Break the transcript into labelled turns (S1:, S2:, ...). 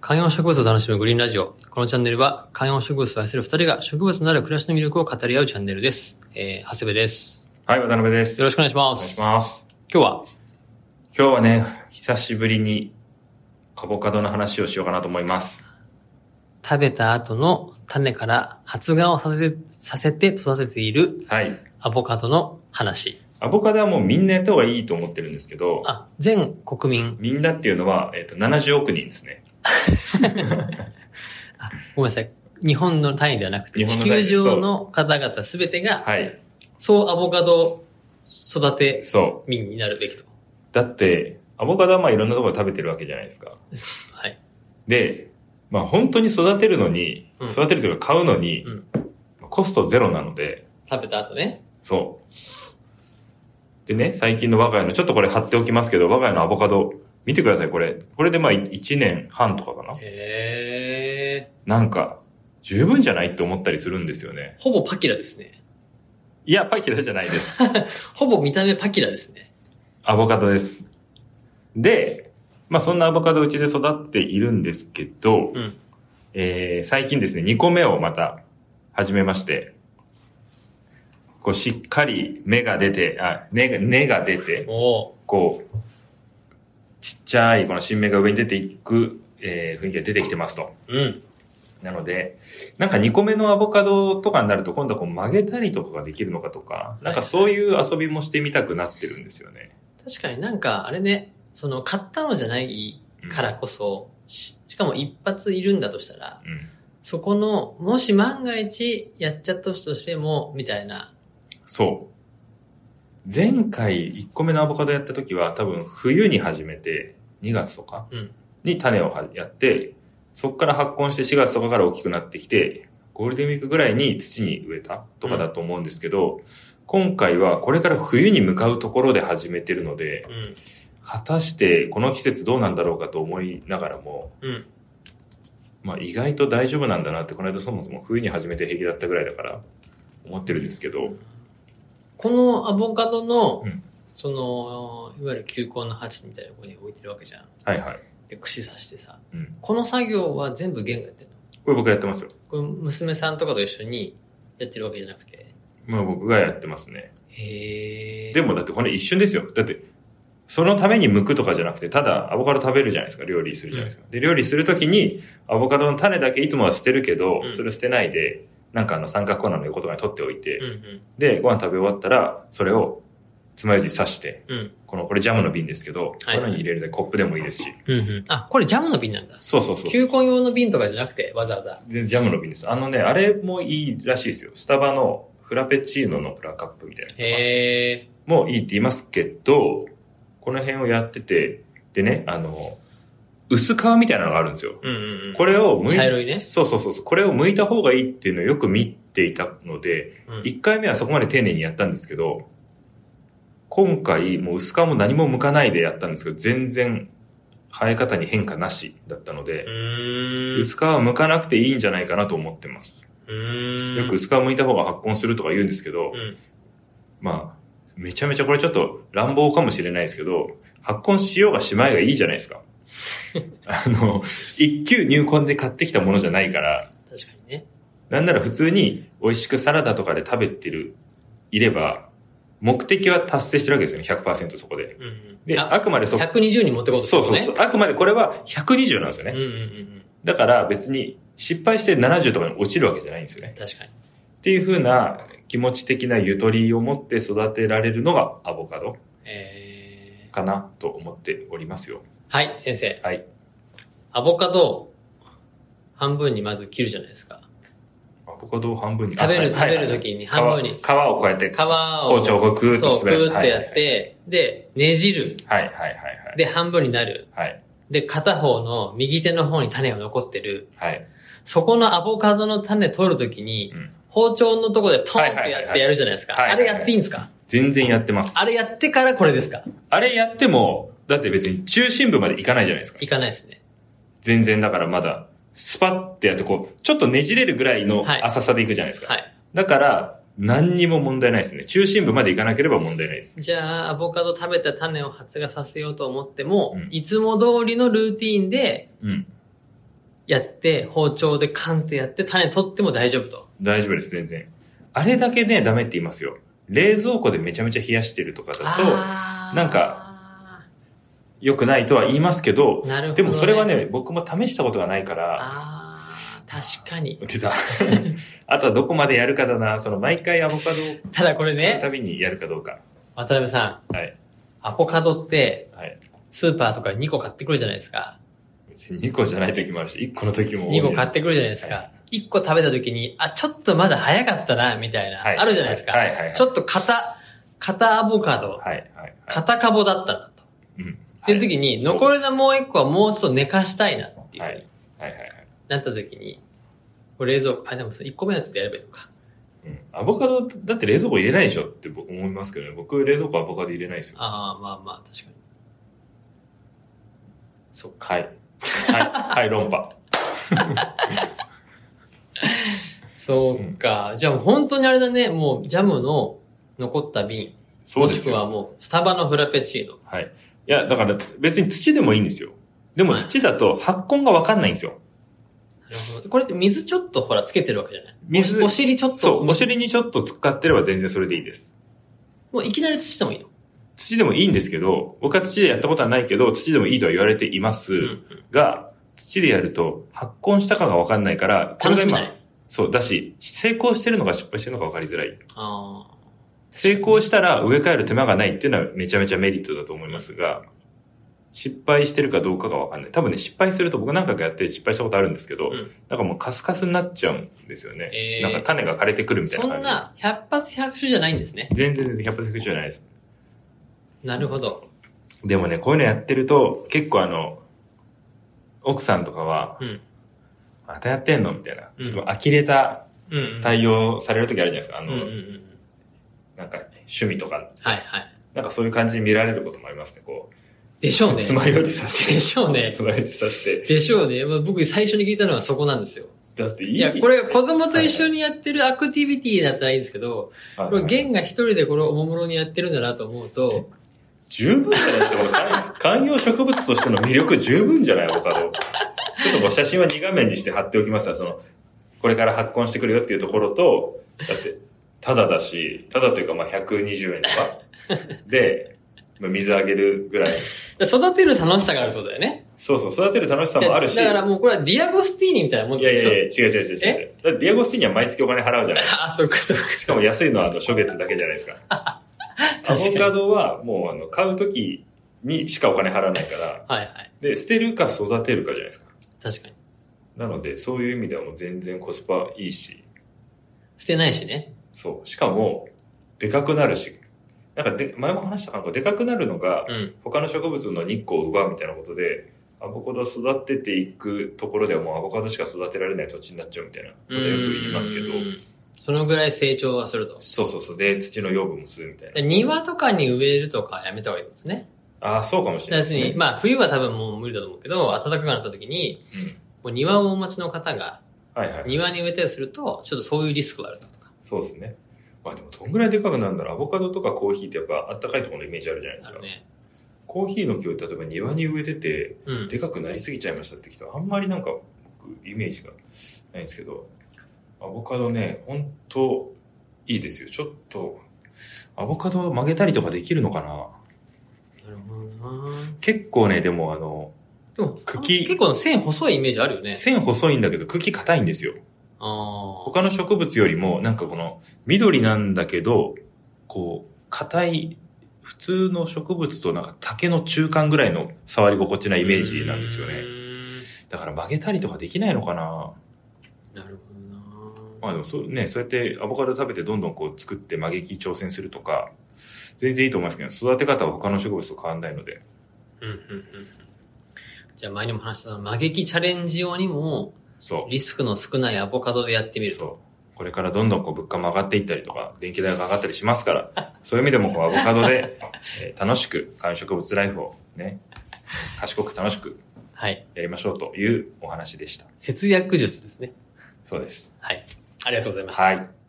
S1: 観葉植物を楽しむグリーンラジオ。このチャンネルは観葉植物を愛する二人が植物のある暮らしの魅力を語り合うチャンネルです。えー、長谷部です。
S2: はい、渡辺です。
S1: よろしくお願いしま
S2: お願い
S1: す。
S2: します。
S1: 今日は、
S2: 今日はね、久しぶりにアボカドの話をしようかなと思います。
S1: 食べた後の種から発芽をさせさせて育てている
S2: はい。
S1: アボカドの話。
S2: アボカドはもうみんなやった方がいいと思ってるんですけど、
S1: あ、全国民。
S2: みんなっていうのは、えっ、と、70億人ですね。
S1: ごめんなさい。日本の単位ではなくて、
S2: 日本
S1: 地
S2: の単位
S1: 球
S2: です
S1: 上の方々すべてが、
S2: はい。
S1: そうアボカドを育て
S2: そう。
S1: 民になるべきと。
S2: だって、アボカドはまあいろんなところで食べてるわけじゃないですか。
S1: はい。
S2: で、まあ本当に育てるのに、
S1: うん
S2: 育てるというか買うのに、
S1: うん
S2: コストゼロなので、
S1: 食べた後ね。
S2: そう。でね、最近の我が家の、ちょっとこれ貼っておきますけど、我が家のアボカド、見てください、これ。これでまあ1年半とかかな。
S1: へー。
S2: なんか、十分じゃないって思ったりするんですよね。
S1: ほぼパキラですね。
S2: いや、パキラじゃないです。
S1: ほぼ見た目パキラですね。
S2: アボカドです。で、まあそんなアボカドうちで育っているんですけど、
S1: うん
S2: えー最近ですね、2個目をまた始めまして、こうしっかり芽が出て、あ、根が、根が出て、
S1: おー
S2: こう、ちっちゃいこの新芽が上に出ていく、えー雰囲気が出てきてますと。
S1: うん。
S2: なので、なんか2個目のアボカドとかになると今度はこう曲げたりとかができるのかとか、なんかそういう遊びもしてみたくなってるんですよね。
S1: 確かになんか、あれね、その、買ったのじゃないからこそ、ししかも一発いるんだとしたら、
S2: うん。
S1: そこの、もし万が一やっちゃったとしても、みたいな。
S2: そう。前回1個目のアボカドやった時は多分冬に始めて、2月とか
S1: うん
S2: に種をはやって、そこから発根して4月とかから大きくなってきて、ゴールデンウィークぐらいに土に植えたとかだと思うんですけど、今回はこれから冬に向かうところで始めてるので
S1: う、ん。
S2: 果たしてこの季節どうなんだろうかと思いながらも、
S1: うん。
S2: まあ意外と大丈夫なんだなって、この間そもそも冬に始めて平気だったぐらいだから思ってるんですけど、
S1: このアボカドの、
S2: うん
S1: その、いわゆる球根の鉢みたいなところに置いてるわけじゃん。
S2: はいはい。
S1: で、串刺してさ。
S2: うん。
S1: この作業は全部玄がやってるの。
S2: これ僕やってますよ。
S1: これ娘さんとかと一緒にやってるわけじゃなくて。
S2: まあ僕がやってますね。
S1: へえ。
S2: で、もだってこれ一瞬ですよ。だって、そのために剥くとかじゃなくて、ただアボカド食べるじゃないですか。料理するじゃないですか。で、料理するときに、アボカドの種だけいつもは捨てるけど、
S1: うん
S2: それを捨てないで、なんかあの三角コーナーの横とかに取っておいて、
S1: うんうん。
S2: で、ご飯食べ終わったら、それを爪楊枝刺して、
S1: うん。
S2: この、これジャムの瓶ですけど、
S1: はい
S2: こういうのに入れるでコップでもいいですし。
S1: うんうん。あ、これジャムの瓶なんだ。
S2: そうそうそう。
S1: 球根用の瓶とかじゃなくて、わざわざ。
S2: でジャムの瓶です。あのね、あれもいいらしいですよ。スタバのフラペチーノのプラカップみたいなやつとか
S1: へえ。
S2: もういいって言いますけど、この辺をやってて、でね、あの、薄皮みたいなのがあるんですよ。
S1: うんうんうん。
S2: これを剥
S1: 茶色いね
S2: そうそうそうそう。これを剥いた方がいいっていうのをよく見ていたので、
S1: うん、
S2: 1回目はそこまで丁寧にやったんですけど、今回もう薄皮も何も剥かないでやったんですけど、全然生え方に変化なしだったので
S1: う、ーん。
S2: 薄皮は剥かなくていいんじゃないかなと思ってます。
S1: うーん。
S2: よく薄皮剥いた方が発根するとか言うんですけど
S1: う、ん。
S2: まあ、めちゃめちゃこれちょっと乱暴かもしれないですけど、発根しようがしまいがいいじゃな いですか。あの、一級入魂で買ってきたものじゃないから、
S1: 確かにね。
S2: なんなら普通に美味しくサラダとかで食べてる、いれば、目的は達成してるわけですよね、100%そこで。
S1: うんうん。
S2: で、あ
S1: あ、
S2: くまでそ、
S1: 120に持ってこうとす
S2: そ
S1: る
S2: う
S1: の
S2: そう
S1: ね。
S2: そう。あくまでこれは120なんですよね。
S1: うんうんうん
S2: だから別に失敗して70とかに落ちるわけじゃないんですよね
S1: うん。。確かに。
S2: っていう風な気持ち的なゆとりを持って育てられるのがアボカド
S1: えー、
S2: かなと思っておりますよ。
S1: はい、先生。
S2: はい。
S1: アボカドを半分にまず切るじゃないですか。
S2: アボカドを半分に。
S1: 食べる、
S2: あは
S1: 食
S2: い
S1: べる
S2: はいはい
S1: 時に半分
S2: 皮
S1: に。
S2: 皮をこうやって。
S1: 皮を。
S2: 包丁をグーッと
S1: そう、グ
S2: 滑らせて
S1: ーってやって、で、ねじる。
S2: はいはいはいはい。
S1: で、半分になる。
S2: はい。
S1: で、片方の右手の方に種が残ってる。
S2: はい。
S1: そこのアボカドの種取るときに、
S2: うん
S1: 包丁のとこでトンって
S2: はいはい
S1: やっ
S2: は
S1: て
S2: い
S1: やるじゃないですか。あ
S2: はいはいは
S1: れ
S2: い
S1: やっていいんですか
S2: 全然やってます。
S1: あれやってからこれですか
S2: あれやっても、だって別に中心部までいかないじゃないですか。
S1: いかないですね。
S2: 全然だからまだ、スパッてやってこう、ちょっとねじれるぐらいの
S1: はい
S2: 浅さでいくじゃないですか。
S1: はい。
S2: だから、何にも問題ないですね。中心部までいかなければ問題ないです。
S1: じゃあ、アボカド食べた種を発芽させようと思っても、
S2: うん
S1: いつも通りのルーティーンで
S2: うん。
S1: やって、包丁でカンってやって、種取っても大丈夫と。
S2: 大丈夫です、全然。あれだけね、ダメって言いますよ。冷蔵庫でめちゃめちゃ冷やしてるとかだと、
S1: と
S2: なん
S1: か、
S2: 良くないとは言いますけど、
S1: なるほど、
S2: でもそれは、ね、僕も試したことがないから、
S1: あー確かに。
S2: 出た。 あとはどこまでやるかだな、その毎回アボカドを
S1: ただこれ
S2: 買う
S1: ね、
S2: たびにやるかどうか。
S1: 渡辺さん、
S2: はい。
S1: アボカドって、
S2: はい。
S1: スーパーとか2個買ってくるじゃないですか。
S2: 別に2個じゃない時もあるし、1個の時も多い
S1: 2個買ってくるじゃないです
S2: は
S1: か。1個食べた時に、あ、ちょっとまだ早かったな、みたいな、
S2: はい
S1: あるじゃないですか。
S2: はいはいはい
S1: ちょっと片、片アボカド、
S2: はい、はい。はい
S1: 片カボだったなと。
S2: うん。
S1: っていう時に、残りのもう1個はもうちょっと寝かしたいなっていうふう
S2: は
S1: に
S2: い。はいはいはい。
S1: なった時に、これ冷蔵庫、あ、でも1個目のやつでやればいいのか。
S2: うんアボカドだって冷蔵庫入れないでしょって僕思いますけどね。僕冷蔵庫アボカド入れないですよ。
S1: ああ、まあまあ、確かに。そうか。
S2: はい。はい。はい、論破。
S1: そうか。じゃあ本当にあれだね、もうジャムの残った瓶、
S2: そ
S1: も
S2: うで
S1: し
S2: す
S1: く
S2: よ。
S1: はもうスタバのフラペチーノ。
S2: はい。いや、だから別に土でもいいんですよ。でも
S1: はい
S2: 土だと発根がわかんないんですよ。
S1: なるほど。これって水ちょっとほらつけてるわけじゃない
S2: 水
S1: おお尻ちょっと。
S2: そう、お尻にちょっと使ってれば全然それでいいです。
S1: もういきなり土でもいいの。
S2: 土でもいいんですけど、僕は土でやったことはないけど、土でもいいとは言われています
S1: うんうん
S2: が、土でやると発根したかがわかんないから、これ
S1: 楽し
S2: が
S1: み
S2: 今
S1: だね。
S2: そう、だし、成功してるのか失敗してるのか分かりづらい。
S1: ああ。
S2: 成功したら植え替える手間がないっていうのはめちゃめちゃメリットだと思いますが、失敗してるかどうかが分かんない。多分ね、失敗すると僕何回かやって失敗したことあるんですけど、
S1: うん
S2: なんかもうカスカスになっちゃうんですよね。
S1: えー
S2: なんか種が枯れてくるみたい
S1: そ
S2: なん感じ。
S1: な、百発百中じゃないんですね。
S2: 全然全然100%じゃないです。
S1: なるほど。
S2: でもね、こういうのやってると、結構あの、奥さんとかは、
S1: うん。
S2: またやってんのみたいな。
S1: うん
S2: ちょっと呆れた
S1: うん、うん。
S2: 対応される時あるじゃないですか。あ
S1: うん
S2: の、
S1: うんうん。
S2: なんか趣味とか、
S1: はいはい。
S2: なんかそういう感じに見られることもありますね、こう。
S1: でしょうね。
S2: 爪楊枝さして。
S1: でしょうね
S2: 爪楊枝さして。
S1: でしょうね。まあ僕最初に聞いたのはそこなんですよ。
S2: だっていい。
S1: いや、これ子供と一緒にやってるアクティビティだったらいいんですけど、
S2: はい、
S1: これゲンが一人でこれをおもむろにやってるんだなと思うと、
S2: 十分じゃないですか。これ観葉植物としての魅力十分じゃない、他の。ちょっとこう写真は2画面にして貼っておきますが、その、これから発根してくるよっていうところと、だって、ただだし、ただというかまあ120円とか。 で、まあ水あげるぐらい。
S1: 育てる楽しさがあるそうだよね。
S2: そうそう、育てる楽しさもあるし。
S1: だからもうこれはディアゴスティーニみたいなもん
S2: いや
S1: で
S2: い
S1: しょ
S2: やいや、違う違う違う違う。だってディアゴスティーニは毎月お金払うじゃない
S1: あ、そうかそうか。
S2: しかも安いのはあの初月だけじゃないですか。ア
S1: 確か
S2: ボ
S1: に
S2: カドはもうあの買うときにしかお金払わないから、
S1: はいはい。
S2: で、捨てるか育てるかじゃないですか。
S1: 確かに。
S2: なので、そういう意味ではもう全然コスパいいし、
S1: 捨てないしね。
S2: そう。しかも、でかくなるし、なんかで、前も話したかなでかくなるのが、
S1: うん。
S2: 他の植物の日光を奪うみたいなことで、アボカドを育てていくところではもうアボカドしか育てられない土地になっちゃうみたいなことはよく言いますけど
S1: う、ん。そのぐらい成長はすると。
S2: そうそうそう。で、土の養分も吸うみたいな。
S1: で庭とかに植えるとかはやめた方がいいですね。
S2: ああ、そうかもしれな
S1: 別
S2: いですね。
S1: に、まあ冬は多分もう無理だと思うけど、暖かくなった時に、もう庭をお持ちの方が
S2: うん。はいはい。
S1: 庭に植えたりすると、ちょっとそういうリスクがあるとか。
S2: そうですね。まあでも、どんぐらいでかくなるんだろう。アボカドとかコーヒーってやっぱあったかいところのイメージあるじゃないです
S1: あ
S2: か。
S1: るね。
S2: コーヒーの木を例えば庭に植えてて、
S1: うん。
S2: でかくなりすぎちゃいましたって人はあんまりなんか僕イメージがないんですけど、アボカドね、ほんといいですよ。ちょっと、アボカドは曲げたりとかできるのかな
S1: なるほどな
S2: 結構ね、でもあの、
S1: でも、
S2: 茎
S1: 結構線細いイメージあるよね。
S2: 線細いんだけど茎硬いんですよ。
S1: ああ。
S2: 他の植物よりも、なんかこの、緑なんだけど、こう、硬い、普通の植物となんか竹の中間ぐらいの触り心地なイメージなんですよ
S1: う
S2: ね。
S1: ー
S2: だから曲げたりとかできないのかなん
S1: なるほ
S2: まあ
S1: どな
S2: でもそうね、そうやってアボカド食べてどんどんこう作って曲げき挑戦するとか、全然いいと思いますけど、育て方は他の植物と変わんないので。
S1: うんうんうんうん。じゃあ前にも話したその曲劇チャレンジ用にも、
S2: そ
S1: リスクの少ないアボカドでやってみ
S2: う。
S1: ると。
S2: そう。これからどんどんこう物価も上がっていったりとか、電気代が上がったりしますから、そういう意味でもこうアボカドで、えー楽しく、観植物ライフをね、賢く楽しく
S1: はい。
S2: やりましょうというお話でした。
S1: 節約術ですね。
S2: そうです。
S1: はい。ありがとうございました。
S2: はい。